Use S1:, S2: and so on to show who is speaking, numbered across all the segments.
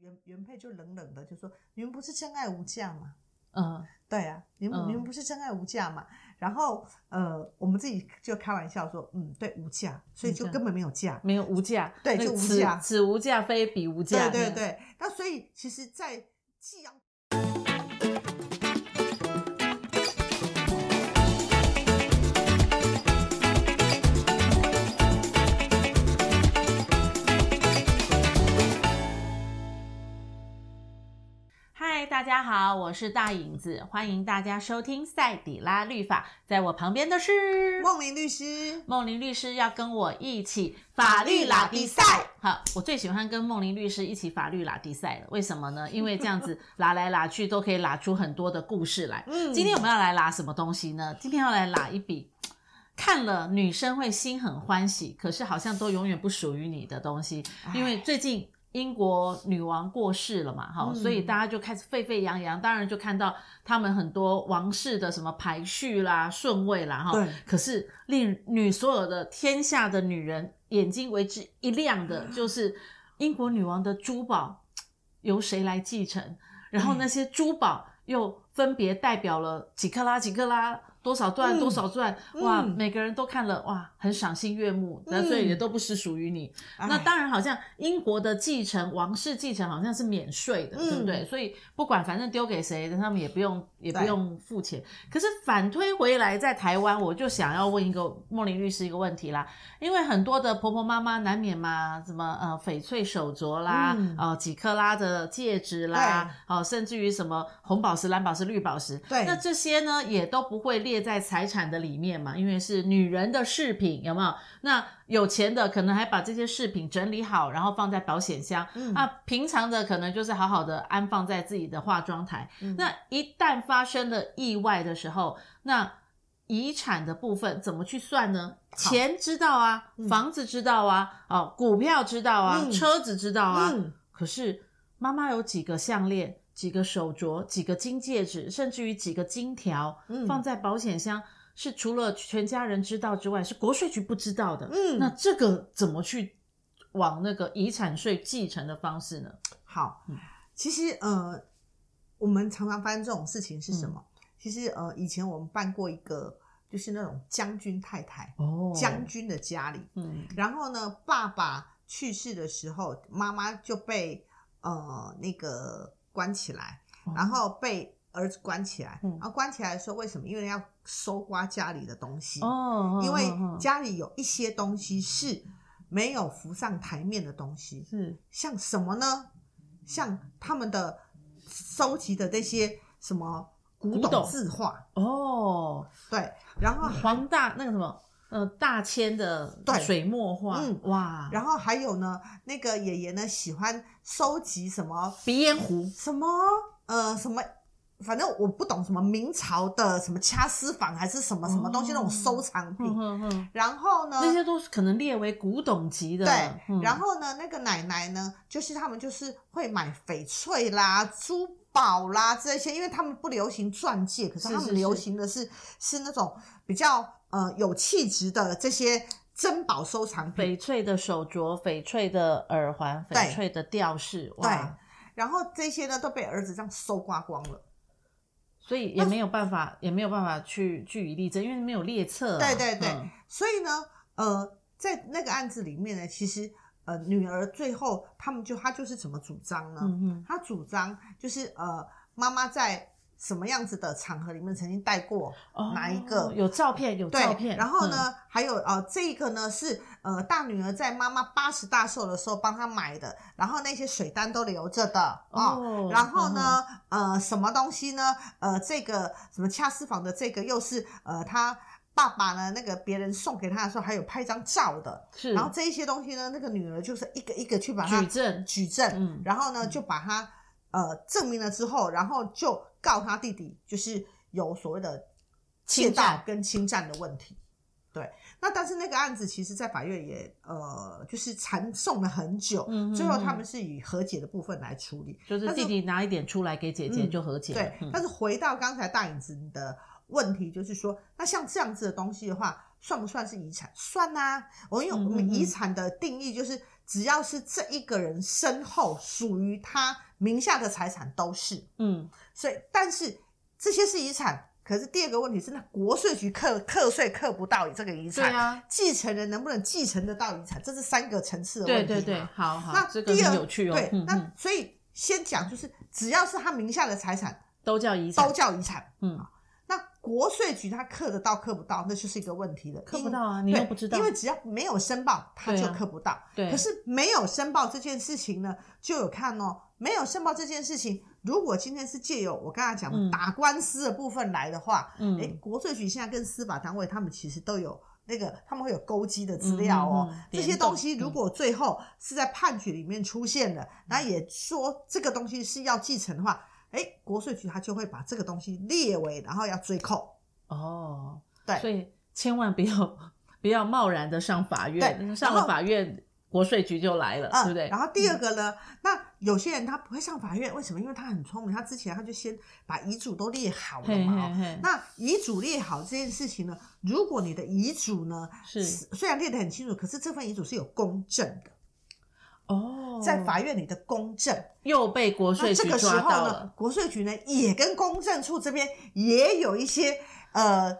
S1: 原原配就冷冷的就说：“你们不是真爱无价吗？”
S2: 嗯，
S1: 对啊，你们、
S2: 嗯
S1: 你们不是真爱无价嘛？然后呃，我们自己就开玩笑说，嗯，对，无价，所以就
S2: 无价
S1: 根本没有价。
S2: 没有无价，
S1: 对
S2: 那
S1: 就
S2: 个
S1: 无
S2: 此
S1: 价
S2: 此无价非彼无价，嗯啊
S1: 对对，对，那所以其实，在寄养
S2: 嗨，大家好，我是大影子，欢迎大家收听赛底拉律法，在我旁边的是
S1: 梦玲律师，
S2: 梦玲律师，要跟我一起法律拉比赛。好，我最喜欢跟梦玲律师一起法律拉比赛了，为什么呢？因为这 样子拉来拉去都可以拉出很多的故事来。
S1: 嗯
S2: 今天我们要来拉什么东西呢？今天要来拉一笔。看了女生会心很欢喜，可是好像都永远不属于你的东西，因为最近英国女王过世了嘛，哈、
S1: 嗯
S2: 所以大家就开始沸沸扬扬，当然就看到他们很多王室的什么排序啦、顺位啦，哈，
S1: 对
S2: 可是令女所有的天下的女人眼睛为之一亮
S1: 啊
S2: 的，就是英国女王的珠宝由谁来继承？
S1: 嗯
S2: 然后那些珠宝又分别代表了几克拉、几克拉。多少钻
S1: 嗯
S2: 多少钻，哇！
S1: 嗯
S2: 每个人都看了，哇，很赏心悦目，那
S1: 嗯
S2: 所以也都不是属于你。那
S1: 哎
S2: 当然，好像英国的继承王室继承好像是免税的，
S1: 嗯
S2: 对不对？所以不管反正丢给谁，他们也不用也不
S1: 对
S2: 用付钱。可是反推回来，在台湾，我就想要问一个莫林律师一个问题啦，因为很多的婆婆妈妈难免嘛，什么呃翡翠手镯啦，
S1: 嗯
S2: 呃几克拉的戒指啦，哦、甚至于什么红宝石、蓝宝石、绿宝石，
S1: 对
S2: 那这些呢也都不会列在财产的里面嘛，因为是女人的饰品，有没有？那有钱的可能还把这些饰品整理好，然后放在保险箱。
S1: 嗯
S2: 那平常的可能就是好好的安放在自己的化妆台。
S1: 嗯
S2: 那一旦发生了意外的时候，那遗产的部分怎么去算呢？
S1: 好
S2: 钱知道啊，
S1: 嗯
S2: 房子知道啊，哦，股票知道啊，
S1: 嗯
S2: 车子知道啊。
S1: 嗯
S2: 可是妈妈有几个项链、几个手镯、几个金戒指，甚至于几个金条，
S1: 嗯
S2: 放在保险箱，是除了全家人知道之外，是国税局不知道的。
S1: 嗯
S2: 那这个怎么去往那个遗产税继承的方式呢？
S1: 好
S2: 嗯，
S1: 其实呃，我们常常发生这种事情是什
S2: 嗯
S1: 么？其实呃，以前我们办过一个，就是那种将军太太，
S2: 哦
S1: 将军的家里，
S2: 嗯
S1: 然后呢，爸爸去世的时候，妈妈就被呃那个关起来
S2: 哦，
S1: 然后被儿子关起来。
S2: 嗯
S1: 然后关起来的时候，为什么？因为要搜刮家里的东西，
S2: 哦，
S1: 因为
S2: 嗯嗯嗯
S1: 家里有一些东西是没有浮上台面的东西，
S2: 是
S1: 像什么呢？像他们的收集的那些什么古
S2: 古
S1: 董
S2: 董嗯
S1: 字画，
S2: 哦，
S1: 对，然后
S2: 黄大那个什么呃大千的
S1: 啊对
S2: 水墨画，
S1: 嗯
S2: 哇，
S1: 然后还有呢，那个爷爷呢喜欢收集什么
S2: 鼻烟壶
S1: 什么呃什么，反正我不懂什么明朝的什么掐丝坊还是什么什么东西、
S2: 哦
S1: 那种收藏品。
S2: 哼哼哼
S1: 然后呢，
S2: 嗯那些都是可能列为古董级的。
S1: 对，
S2: 嗯
S1: 然后呢，那个奶奶呢，就是他们就是会买翡翠啦、珠宝啦这些，因为他们不流行钻戒，可是
S2: 是
S1: 他
S2: 是
S1: 们流
S2: 是
S1: 行的是是那种比较呃有气质的这些珍宝收藏品。
S2: 翡翠的手镯、翱翠的耳环、
S1: 对
S2: 翡翠的吊饰，哇，
S1: 然后这些呢都被儿子这样搜刮光了。
S2: 所以也没有办法，也没有办法去据以力争，因为没有列册啊、
S1: 对对对
S2: 嗯
S1: 所以呢，呃，在那个案子里面呢，其实呃，女儿最后他们就她就是怎么主张呢？
S2: 嗯哼，
S1: 她主张就是呃，妈妈在什么样子的场合里面曾经带过
S2: 哦
S1: 哪一个？
S2: 有照片？有照
S1: 对，
S2: 片。嗯
S1: 然后呢，还有呃，这个呢是呃大女儿在妈妈八十大寿的时候帮她买的，然后那些水单都留着的
S2: 嗯？
S1: 哦
S2: 哦
S1: 然后？呢，呃，什么东西呢？呃，这个什么恰斯坊的这个又是呃他爸爸呢，那个别人送给他的时候还有拍张照的。
S2: 是，
S1: 然后这一些东西呢，那个女儿就是一个一个去把它
S2: 嗯举证，
S1: 举证，
S2: 嗯
S1: 然后呢就把它呃证明了之后，然后就告他弟弟，就是有所谓的窃
S2: 侵占
S1: 盗跟侵占的问题。对，那但是那个案子其实，在法院也呃，就是缠讼了很久，
S2: 嗯嗯
S1: 最后他
S2: 嗯
S1: 们是以和解的部分来处理。
S2: 就是
S1: 但是
S2: 弟弟拿一点出来给姐姐
S1: 嗯
S2: 就和解了。
S1: 对，
S2: 嗯
S1: 但是回到刚才大影子你的问题，就是说，那像这样子的东西的话，算不算是遗产？算啊，我因为我
S2: 嗯
S1: 们
S2: 嗯嗯
S1: 遗产的定义就是只要是这一个人身后属于他名下的财产都是。
S2: 嗯，
S1: 所以，但是这些是遗产。可是第二个问题是，那国税局课课税课不到这个遗
S2: 对
S1: 产，
S2: 啊，
S1: 继承人能不能继承得到遗产，这是三个层次的
S2: 对
S1: 问题嘛。
S2: 对对，好好，
S1: 那
S2: 这个
S1: 第二
S2: 很有趣哦。
S1: 对，
S2: 嗯
S1: 那
S2: 嗯
S1: 所以先讲就是，只要是他名下的财产
S2: 都叫遗产
S1: 都，叫遗产。啊
S2: 嗯，
S1: 那国税局他刻得到刻不到，那就是一个问题了。
S2: 刻
S1: 因
S2: 不到啊，你
S1: 对，
S2: 又不知道
S1: 因，为只要没有申报，他
S2: 对
S1: 就
S2: 啊
S1: 刻不到。
S2: 对，
S1: 可是没有申报这件事情呢，就有看哦，没有申报这件事情，如果今天是借由我刚才讲的
S2: 嗯
S1: 打官司的部分来的话，
S2: 嗯
S1: 诶，国税局现在跟司法单位他们其实都有。那个他们会有勾稽的资料哦，
S2: 嗯嗯嗯嗯
S1: 这些
S2: 联动
S1: 东西如果最后是在判决里面出现了，那、也说这个东西是要继承的话，诶，国税局他就会把这个东西列为，然后要追扣。
S2: 哦，
S1: 对
S2: 所以千万不要 不要贸然的上法院，
S1: 对
S2: 上
S1: 然
S2: 了
S1: 后
S2: 法院，国税局就来了，对呃不
S1: 啊
S2: 对？嗯
S1: 然后第二个呢，那有些人他不会上法院，为什么？因为他很聪明，他之前他就先把遗嘱都列好了
S2: 嘿
S1: 嘛、
S2: 嘿
S1: 哦。
S2: 嘿，
S1: 那遗嘱列好这件事情呢，如果你的遗嘱呢
S2: 是
S1: 虽然列得很清楚，可是这份遗嘱是有公证的，
S2: 哦，
S1: 在法院里的公证。
S2: 又被国
S1: 那
S2: 税
S1: 这
S2: 局
S1: 个时
S2: 抓
S1: 候
S2: 到
S1: 呢
S2: 了，，
S1: 国税局呢也跟公证处这边也有一些呃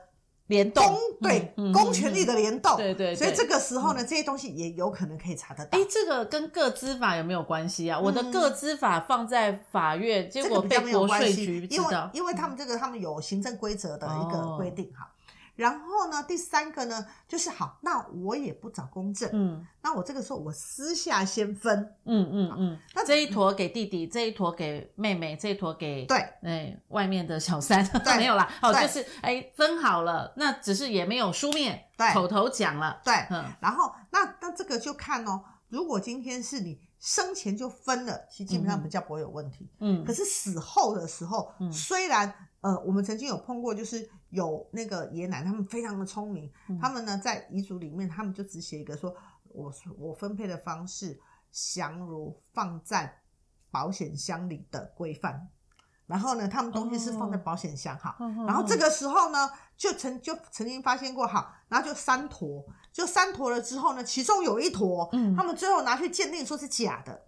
S2: 联动
S1: 公对
S2: 嗯嗯
S1: 公权力的联动，
S2: 对对对嗯
S1: 所以这个时候呢，这些东西也有可能可以查得到
S2: 哎，。这个跟个资法有没有关系啊？我的个资法放在法院，结
S1: 嗯这个
S2: 果
S1: 比
S2: 被
S1: 较没有
S2: 国
S1: 关
S2: 税
S1: 系，
S2: 局知
S1: 因为
S2: 道。
S1: 因为他们这个他们有行政规则的一
S2: 哦
S1: 个规定哈。然后呢，第三个呢，就是好，那我也不找公证，
S2: 嗯
S1: 那我这个时候我私下先分，
S2: 嗯嗯嗯，
S1: 那
S2: 这一坨给弟弟，这一坨给妹妹，这一坨给
S1: 对
S2: 哎外面的小三
S1: 对
S2: 没有啦，哦，
S1: 对
S2: 就是哎分好了，那只是也没有书面
S1: 对
S2: 口头讲了，
S1: 对，
S2: 嗯
S1: 然后那那这个就看哦，如果今天是你生前就分了，其实基本上
S2: 嗯
S1: 比较不会有问题。
S2: 嗯
S1: 可是死后的时候，
S2: 嗯
S1: 虽然呃，我们曾经有碰过，就是有那个爷爷奶奶他们非常的聪明，
S2: 嗯
S1: 他们呢在遗嘱里面，他们就只写一个说，我我分配的方式详如放在保险箱里的规范。然后呢，他们东西是
S2: 哦
S1: 放在保险箱哈，
S2: 嗯
S1: 然后这个时候呢，就曾就曾经发现过哈，然后就三坨，就三坨了之后呢，其中有一坨，
S2: 嗯
S1: 他们最后拿去鉴定说是假的，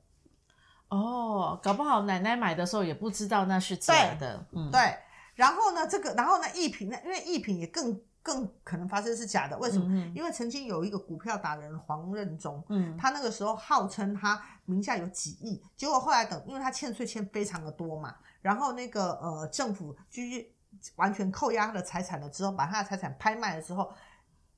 S2: 哦，搞不好奶奶买的时候也不知道那是假的，嗯
S1: 对，然后呢，这个，然后呢，艺品呢，因为艺品也更更可能发生是假的，为什么？
S2: 嗯嗯
S1: 因为曾经有一个股票达人黄任中，
S2: 嗯
S1: 他那个时候号称他名下有几亿，结果后来等，因为他欠税欠非常的多嘛，然后那个呃政府居完全扣押他的财产了之后，把他的财产拍卖了之后，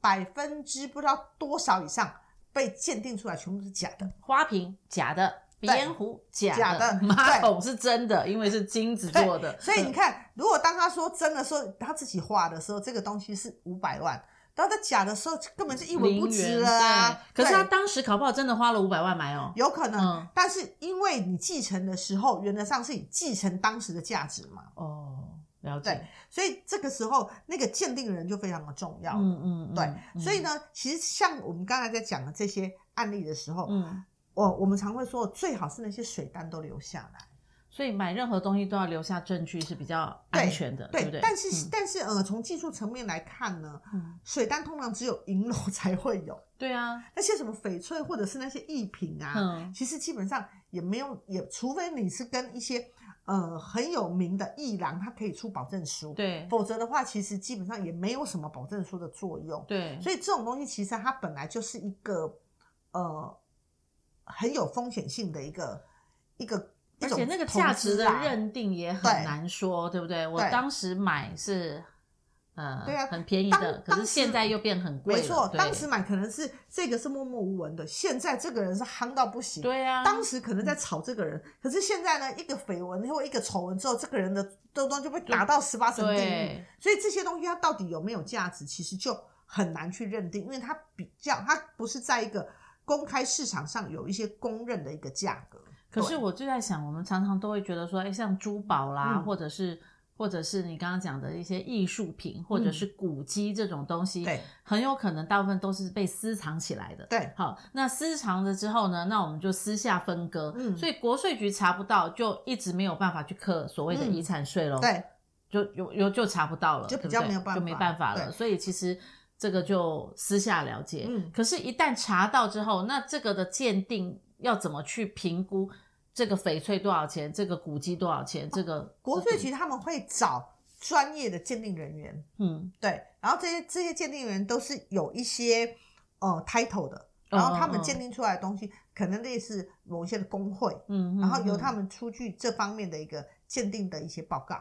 S1: 百分之不知道多少以上被鉴定出来全部是假的，
S2: 花瓶假的，鼻烟壶假 的，
S1: 假的
S2: 马
S1: 对
S2: 桶是真的，因为是金子做的，呃
S1: 所以你看，如果当他说真的时候，他自己画的时候，这个东西是五百万；当他假的时候，根本是一文不值了啊。
S2: 对可是
S1: 对
S2: 他当时搞不好真的花了五百万买哦，
S1: 有可能，
S2: 嗯
S1: 但是因为你继承的时候，原则上是以继承当时的价值嘛，
S2: 哦，了
S1: 对
S2: 解，，
S1: 所以这个时候那个鉴定人就非常的重要。
S2: 嗯嗯，嗯
S1: 对，
S2: 嗯
S1: 所以呢，其实像我们刚才在讲的这些案例的时候，
S2: 嗯，
S1: 我我们常会说，最好是那些水单都留下来。
S2: 所以买任何东西都要留下证据是比较安全的，
S1: 对，
S2: 不对？
S1: 但是、但是呃，从技术层面来看呢，
S2: 嗯
S1: 水单通常只有银楼 才会有。
S2: 对啊，
S1: 那些什么翡翠或者是那些艺品啊，
S2: 嗯
S1: 其实基本上也没有，也除非你是跟一些呃很有名的艺廊，他可以出保证书，，
S2: 对
S1: 否则的话，其实基本上也没有什么保证书的作用。
S2: 对，
S1: 所以这种东西其实它本来就是一个呃很有风险性的一个一个，
S2: 而
S1: 一种
S2: 且那个
S1: 投
S2: 价
S1: 资
S2: 值的
S1: 啊
S2: 认定也很
S1: 对
S2: 难说，对不对？我
S1: 对
S2: 当时买是呃，
S1: 对啊
S2: 很便宜
S1: 当
S2: 的，可
S1: 当
S2: 是现
S1: 时
S2: 在又变很贵了，
S1: 没错，
S2: 对
S1: 当时买可能是这个是默默无闻的，现在这个人是夯到不行，
S2: 对啊，
S1: 当时可能在炒这个人，可是现在呢，一个绯闻或一个丑闻之后，这个人的东东就被打到十八层地狱
S2: 对。
S1: 所以这些东西它到底有没有价值，其实就很难去认定，因为它比较它不是在一个公开市场上有一些公认的一个价格。
S2: 可是
S1: 对
S2: 我就在想，我们常常都会觉得说，哎，像珠宝啦，
S1: 嗯
S2: 或者是或者是你刚刚讲的一些艺术品，或者是古迹这种东西，
S1: 嗯对
S2: 很有可能大部分都是被私藏起来的。
S1: 对
S2: 好，那私藏了之后呢，那我们就私下分割，
S1: 嗯
S2: 所以国税局查不到，就一直没有办法去课所谓的
S1: 嗯
S2: 遗产税喽。
S1: 对
S2: 就有有就查不到了，
S1: 就
S2: 对
S1: 比
S2: 不
S1: 较
S2: 对
S1: 没有办
S2: 就没
S1: 法
S2: 办法了。
S1: 对
S2: 所以其实这个就私下了解。
S1: 嗯
S2: 可是，一旦查到之后，那这个的鉴定要怎么去评估？这个翡翠多少钱？这个古迹多少钱？这个
S1: 哦国税局他们会找专业的鉴定人员，
S2: 嗯，
S1: 对，然后这些这些鉴定员都是有一些呃 title 的，然后
S2: 哦嗯
S1: 他们鉴定出来的东西可能类似某一些的工会，
S2: 嗯，嗯
S1: 然后由
S2: 嗯
S1: 他们出具这方面的一个鉴定的一些报告。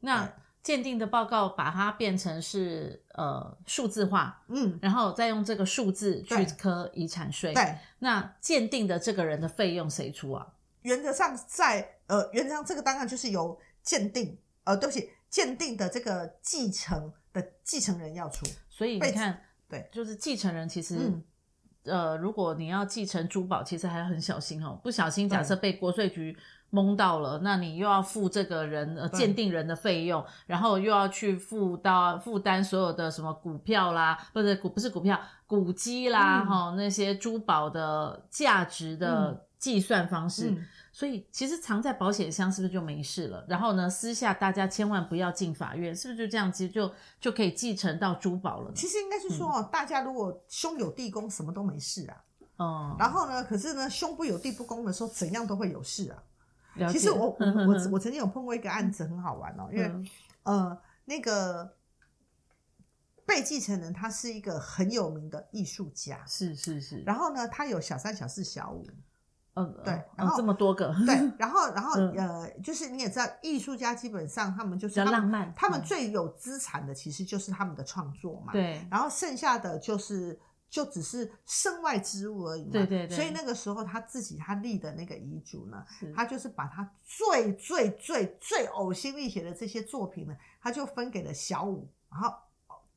S2: 那鉴定的报告把它变成是呃数字化，
S1: 嗯，
S2: 然后再用这个数字去
S1: 对
S2: 科遗产税。，
S1: 对，
S2: 那鉴定的这个人的费用谁出啊？
S1: 原则上在呃原则上这个当然就是由鉴定呃对不起鉴定的这个继承的继承人要出，
S2: 所以你
S1: 被
S2: 看，
S1: 对，
S2: 就是继承人其实、
S1: 嗯
S2: 呃，如果你要继承珠宝，其实还要很小心哦，不小心
S1: 对
S2: 假设被国税局。蒙到了，那你又要付这个人呃
S1: 对
S2: 鉴定人的费用，然后又要去付到负担所有的什么股票啦，或者股不是股票，古迹啦，
S1: 嗯
S2: 哈、那些珠宝的价值的计算方式，
S1: 嗯
S2: 所以其实藏在保险箱是不是就没事了？然后呢，私下大家千万不要进法院，是不是就这样其实就就可以继承到珠宝了呢？
S1: 其实应该是说哦，大家如果兄有弟恭，什么都没事啊。
S2: 哦、
S1: 然后呢，可是呢，兄不有弟不恭的时候，怎样都会有事啊。
S2: 了
S1: 其
S2: 解
S1: 实我我我我曾经有碰过一个案子，很好玩哦，因为、
S2: 嗯
S1: 呃，那个被继承人他是一个很有名的艺术家，
S2: 是是是，
S1: 然后呢，他有小三、小四、小 五，
S2: 嗯
S1: 对
S2: 嗯
S1: 然后
S2: 这么多个，
S1: 对，然后然后、
S2: 嗯
S1: 呃，就是你也知道，艺术家基本上他们就
S2: 比
S1: 是
S2: 较
S1: 他
S2: 浪
S1: 们
S2: 漫，
S1: 他们
S2: 嗯
S1: 最有资产的其实就是他们的创作嘛，
S2: 对
S1: 然后剩下的就是就只是身外之物而已嘛。
S2: 对对对
S1: 所以那个时候他自己他立的那个遗嘱呢
S2: 是，
S1: 他就是把他最最最最呕心沥血的这些作品呢，他就分给了小五，然后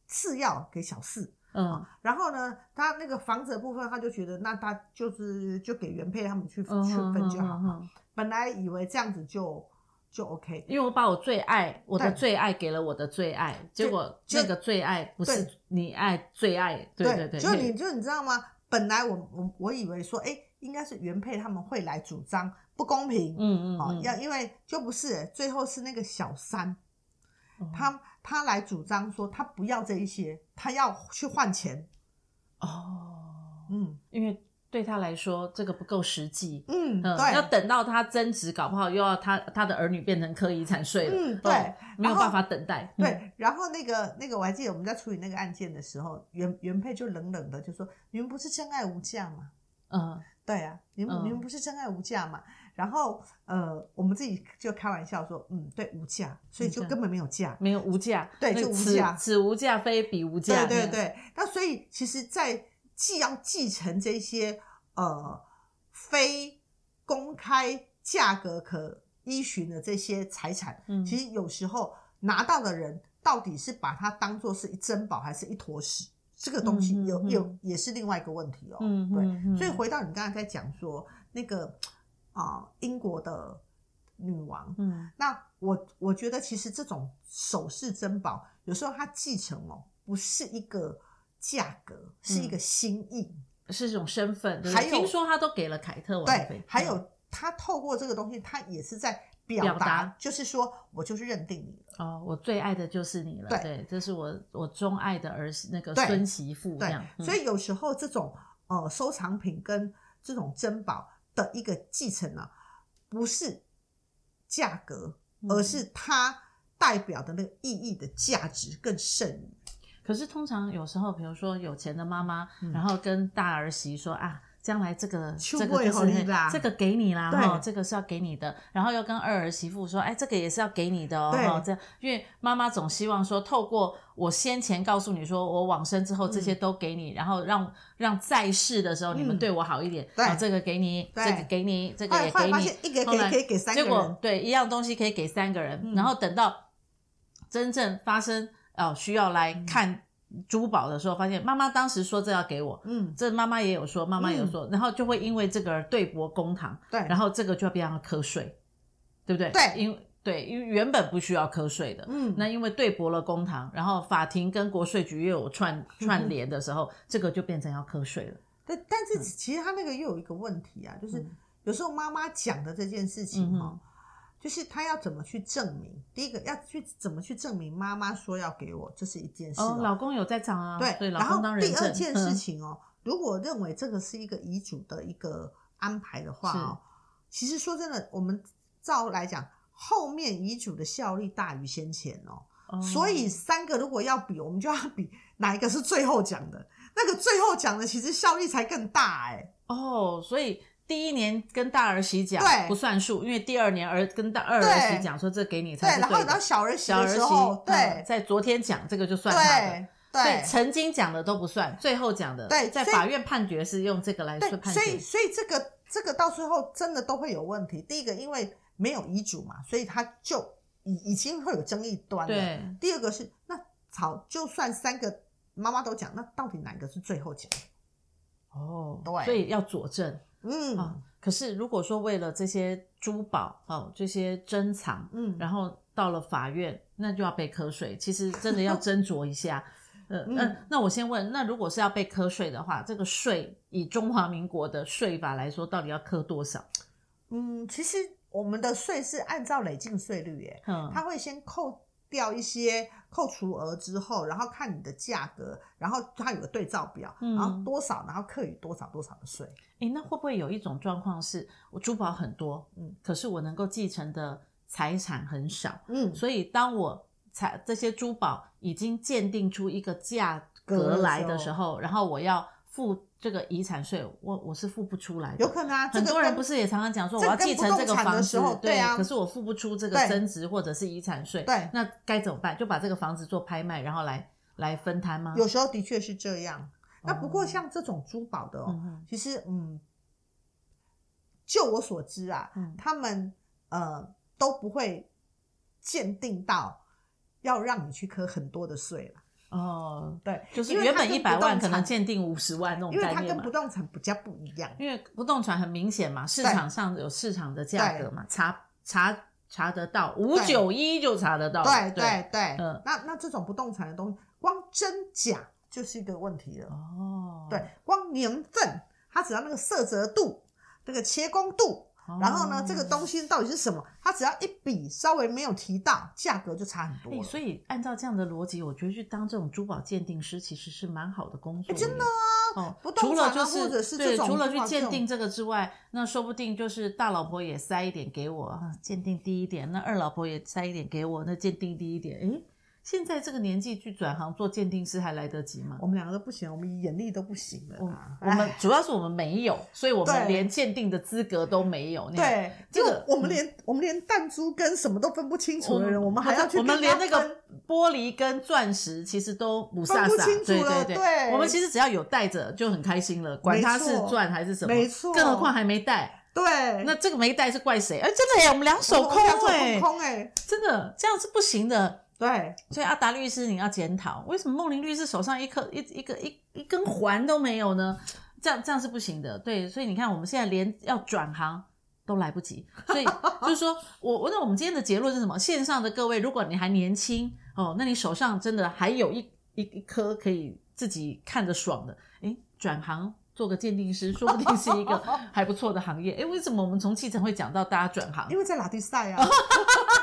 S1: 次要给小四。
S2: 嗯
S1: 然后呢，他那个房子的部分，他就觉得那他就是就给原配他们去、
S2: 嗯
S1: 去
S2: 哼
S1: 分就好。
S2: 哼哼
S1: 本来以为这样子就就 OK，
S2: 因为我把我最爱我的
S1: 对
S2: 最爱给了我的最爱，结果
S1: 就
S2: 那个最爱不是你爱最爱，对对对，
S1: 就
S2: 嘿
S1: 你就你知道吗？本来我我我以为说，哎、应该是原配他们会来主张不公平，
S2: 嗯嗯
S1: 哦，
S2: 嗯
S1: 要因为就不是，最后是那个小三，
S2: 哦
S1: 他他来主张说他不要这一些，他要去换钱，
S2: 哦，
S1: 嗯
S2: 因为对他来说这个不够实际。
S1: 嗯，
S2: 嗯，要
S1: 对，
S2: 等到他增值，搞不好又要他他的儿女变成可遗产税了。
S1: 嗯对
S2: 哦没有
S1: 然后
S2: 办法等待。嗯，
S1: 对，然后那个那个我还记得我们在处理那个案件的时候，原原配就冷冷的就说，你们不是真爱无价吗？
S2: 嗯，
S1: 对啊，你们、
S2: 嗯
S1: 你们不是真爱无价嘛？然后呃，我们自己就开玩笑说，嗯，对，无价，所以就
S2: 无价
S1: 根本没有价。
S2: 没有无价，
S1: 对
S2: 那
S1: 就
S2: 个
S1: 无
S2: 此
S1: 价
S2: 此无价非彼无价。
S1: 对对
S2: 嗯，
S1: 对，那所以其实，在既要继承这些呃非公开价格可依循的这些财产，
S2: 嗯
S1: 其实有时候拿到的人到底是把它当做是一珍宝还是一坨屎，这个东西
S2: 嗯嗯
S1: 有、
S2: 嗯
S1: 有也是另外一个问题哦。
S2: 嗯
S1: 对，
S2: 嗯嗯
S1: 所以回到你刚才在讲说那个啊、英国的女王，
S2: 嗯
S1: 那我我觉得其实这种首饰珍宝，有时候它继承哦，不是一个价格，是
S2: 嗯
S1: 一个心意。
S2: 是一种身份。对不对
S1: 还有
S2: 听说他都给了凯特王妃嗯
S1: 对，，还有他透过这个东西，他也是在表达，
S2: 表达
S1: 就是说我就是认定你了。
S2: 哦，我最爱的就是你了。
S1: 对
S2: 对，这是我我钟爱的儿媳那个
S1: 对
S2: 孙媳妇这
S1: 对
S2: 样。，嗯
S1: 所以有时候这种呃收藏品跟这种珍宝的一个继承呢、不是价格，
S2: 嗯
S1: 而是它代表的那个意义的价值更胜于。
S2: 可是通常有时候，比如说有钱的妈妈，
S1: 嗯
S2: 然后跟大儿媳说啊。将来这个
S1: 手
S2: 这个
S1: 尾
S2: 就是
S1: 给你啦
S2: 这个给你啦，
S1: 对
S2: 哈，这个是要给你的。然后又跟二儿媳妇说，哎，这个也是要给你的哦，
S1: 对
S2: 哈这样，因为妈妈总希望说，透过我先前告诉你说我往生之后这些都给你，然后让让在世的时候你们
S1: 嗯
S2: 对我好一点，
S1: 对
S2: 哦这个给你，
S1: 对
S2: 这个给你，这
S1: 后
S2: 个
S1: 来
S2: 也
S1: 后来
S2: 给
S1: 发
S2: 你
S1: 现，一个
S2: 后
S1: 可以
S2: 来
S1: 可以给三个
S2: 结果
S1: 人，
S2: 对一样东西可以给三个人，
S1: 嗯
S2: 然后等到真正发生哦需要来看珠宝的时候，发现妈妈当时说这要给我，
S1: 嗯，
S2: 这妈妈也有说，妈妈也有说，然后就会因为这个而对簿公堂，
S1: 对，
S2: 然后这个就要被让他瞌睡，对不对？
S1: 对
S2: 因对，因为原本不需要瞌睡的。
S1: 嗯，
S2: 那因为对簿了公堂，然后法庭跟国税局又有
S1: 嗯
S2: 串串联的时候，这个就变成要瞌睡了。
S1: 但但是其实他那个又有一个问题啊，就是
S2: 嗯
S1: 有时候妈妈讲的这件事情
S2: 嗯
S1: 哦，就是他要怎么去证明？第一个要去怎么去证明妈妈说要给我，这是一件事、
S2: 哦，老公有在场啊，
S1: 对，
S2: 对，老
S1: 然后
S2: 公当人
S1: 第
S2: 证嗯
S1: 二件事情哦，如果认为这个是一个遗嘱的一个安排的话哦，其实说真的，我们照来讲，后面遗嘱的效力大于先前哦。
S2: 嗯
S1: 所以三个如果要比，我们就要比哪一个是最后讲的，那个最后讲的其实效力才更大哎、
S2: 哦，所以第一年跟大儿媳讲
S1: 对
S2: 不算数，因为第二年儿跟大二儿媳讲说这给你才
S1: 对，
S2: 是
S1: 然后
S2: 对
S1: 到
S2: 的。
S1: 小儿媳
S2: 小
S1: 的
S2: 儿
S1: 时
S2: 媳
S1: 候，
S2: 嗯
S1: 对
S2: 在昨天讲这个就算他的，
S1: 对
S2: 所以
S1: 对
S2: 曾经讲的都不算，最后讲的
S1: 对
S2: 在
S1: 所以
S2: 法院判决是用这个来做
S1: 对，
S2: 判
S1: 所以
S2: 决。
S1: 所以这个这个到最后真的都会有问题。第一个，因为没有遗嘱嘛，所以他就已已经会有争议端了。
S2: 对，
S1: 第二个是那吵，就算三个妈妈都讲，那到底哪个是最后讲？
S2: 哦，
S1: 对
S2: 所以要佐证
S1: 嗯、
S2: 啊。可是如果说为了这些珠宝哦，这些珍藏，
S1: 嗯，
S2: 然后到了法院，那就要被 瞌睡。其实真的要斟酌一下。呃，
S1: 嗯
S2: 那那我先问，那如果是要被瞌睡的话，这个税以中华民国的税法来说，到底要磕多少？
S1: 嗯，其实我们的税是按照累进税率欸耶，
S2: 嗯，
S1: 它会先扣掉一些扣除额之后，然后看你的价格，然后它有个对照表，
S2: 嗯
S1: 然后多少，然后课予多少多少的税。
S2: 诶，那会不会有一种状况是，我珠宝很多，嗯
S1: 嗯，
S2: 可是我能够继承的财产很少，
S1: 嗯，
S2: 所以当我财这些珠宝已经鉴定出一个价格
S1: 格的
S2: 来
S1: 时
S2: 的
S1: 候
S2: 时候，然后我要付这个遗产税，我我是付不出来的
S1: 有。可能啊，
S2: 很
S1: 这
S2: 多
S1: 个
S2: 人
S1: 跟
S2: 不是也常常讲说我
S1: 这
S2: 要
S1: 跟
S2: 继承这个
S1: 不动产
S2: 房
S1: 的
S2: 子
S1: 时候，对啊
S2: 可是我付不出这个
S1: 对
S2: 增值或者是遗产税，
S1: 对
S2: 那该怎么办？就把这个房子做拍卖，然后来来分摊吗？
S1: 有时候的确是这样。那不过
S2: 哦
S1: 像这种珠宝的哦，
S2: 嗯哼
S1: 其实嗯，就我所知啊，
S2: 嗯
S1: 他们呃都不会鉴定到要让你去磕很多的税了。
S2: 哦，
S1: 对，
S2: 就是
S1: 因为
S2: 原
S1: 它
S2: 本
S1: 跟
S2: 一百
S1: 不
S2: 万
S1: 动
S2: 可能
S1: 产
S2: 鉴定五十万那种
S1: 因为
S2: 概
S1: 它
S2: 念
S1: 跟
S2: 嘛
S1: 不。动产比较不一样。
S2: 因为不动产很明显嘛，市场上有市场的价格嘛，查查查得到，五九一就查得到了。
S1: 对对对，
S2: 嗯
S1: 那那这种不动产的东西，光真假就是一个问题了。
S2: 哦，
S1: 对，光年份，它只要那个色泽度、那个切工度，
S2: 哦
S1: 然后呢，这个东西到底是什么？它只要一比稍微没有提到，价格就差很多
S2: 哎
S1: 了。
S2: 所以按照这样的逻辑，我觉得去当这种珠宝鉴定师其实是蛮好的工作。
S1: 哎真的
S2: 啊，哦，
S1: 不动
S2: 除了
S1: 产
S2: 就
S1: 啊或者是这
S2: 对，
S1: 种
S2: 除了
S1: 珠
S2: 去
S1: 宝
S2: 鉴
S1: 这种
S2: 定这个之外，那说不定就是大老婆也塞一点给我，啊鉴定低一点；那二老婆也塞一点给我，那鉴定低一点。哎，现在这个年纪去转行做鉴定师还来得及吗？
S1: 我们两个都不行，我们眼力都不行了啊。
S2: 我们
S1: 哎
S2: 主要是我们没有，所以我们
S1: 对
S2: 连鉴定的资格都没有。那样，
S1: 哎对，
S2: 这
S1: 就
S2: 个嗯
S1: 我们连我们连弹珠跟什么都分不清楚的人，我们还要去
S2: 我
S1: 跟
S2: 们
S1: 他
S2: 连那
S1: 分
S2: 个玻璃跟钻石其实都不飒
S1: 分不清
S2: 飒，
S1: 楚
S2: 对
S1: 了
S2: 对
S1: 对
S2: 我们其实只要有带着就很开心了，管它是钻还是什么，
S1: 没错哎
S2: 更何况还没带，
S1: 对，
S2: 那这个没带是怪谁？哎，真的耶，我们两手空
S1: 空
S2: 哎，
S1: 空哎，
S2: 真的这样是不行的。
S1: 对，
S2: 所以阿达律师，你要检讨，为什么梦玲律师手上一颗一一个一一根环都没有呢？这样这样是不行的，对。所以你看，我们现在连要转行都来不及，所以 就是说我我那我们今天的结论是什么？线上的各位，如果你还年轻哦，那你手上真的还有一一一颗可以自己看着爽的，诶，转行。做个鉴定师，说不定是一个还不错的行业。诶，为什么我们从继承会讲到大家转行？
S1: 因为在拉蒂赛啊，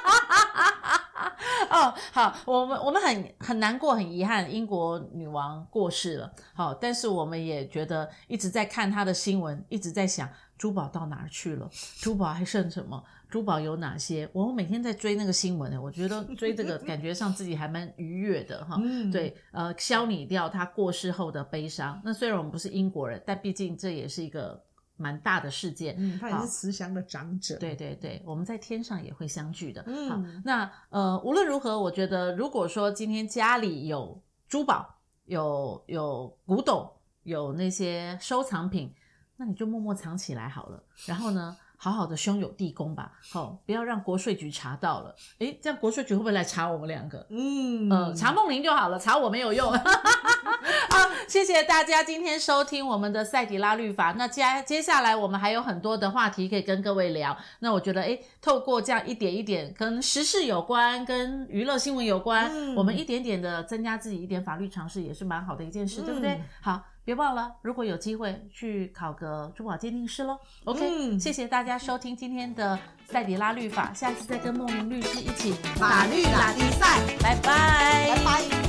S2: 哦，好，我们我们很很难过，很遗憾，英国女王过世了。好，但是我们也觉得一直在看她的新闻，一直在想珠宝到哪儿去了，珠宝还剩什么，珠宝有哪些？我每天在追那个新闻呢，欸我觉得追这个感觉上自己还蛮愉悦的哈。
S1: 嗯，
S2: 对，呃，消弭掉她过世后的悲伤。那虽然我们不是英国人，但毕竟这也是一个蛮大的事件。
S1: 嗯，他也
S2: 好
S1: 是慈祥的长者，
S2: 对对对，我们在天上也会相聚的。
S1: 嗯
S2: 好，那呃，无论如何，我觉得如果说今天家里有珠宝、有有古董、有那些收藏品，那你就默默藏起来好了。然后呢，好好的兄友弟恭吧，好、不要让国税局查到了。诶，这样国税局会不会来查我们两个？
S1: 嗯，
S2: 呃，查梦玲就好了，查我没有用。 啊，谢谢大家今天收听我们的赛迪拉律法。那接接下来我们还有很多的话题可以跟各位聊。那我觉得，诶，透过这样一点一点跟时事有关、跟娱乐新闻有关，
S1: 嗯
S2: 我们一点点的增加自己一点法律常识，也是蛮好的一件事，对不对
S1: 嗯？
S2: 好。别忘了，如果有机会去考个珠宝鉴定师喽。OK，、
S1: 嗯
S2: 谢谢大家收听今天的赛迪拉律法，下次再跟梦玲律师一起
S1: 法律拉力赛，
S2: 拜拜，
S1: 拜拜。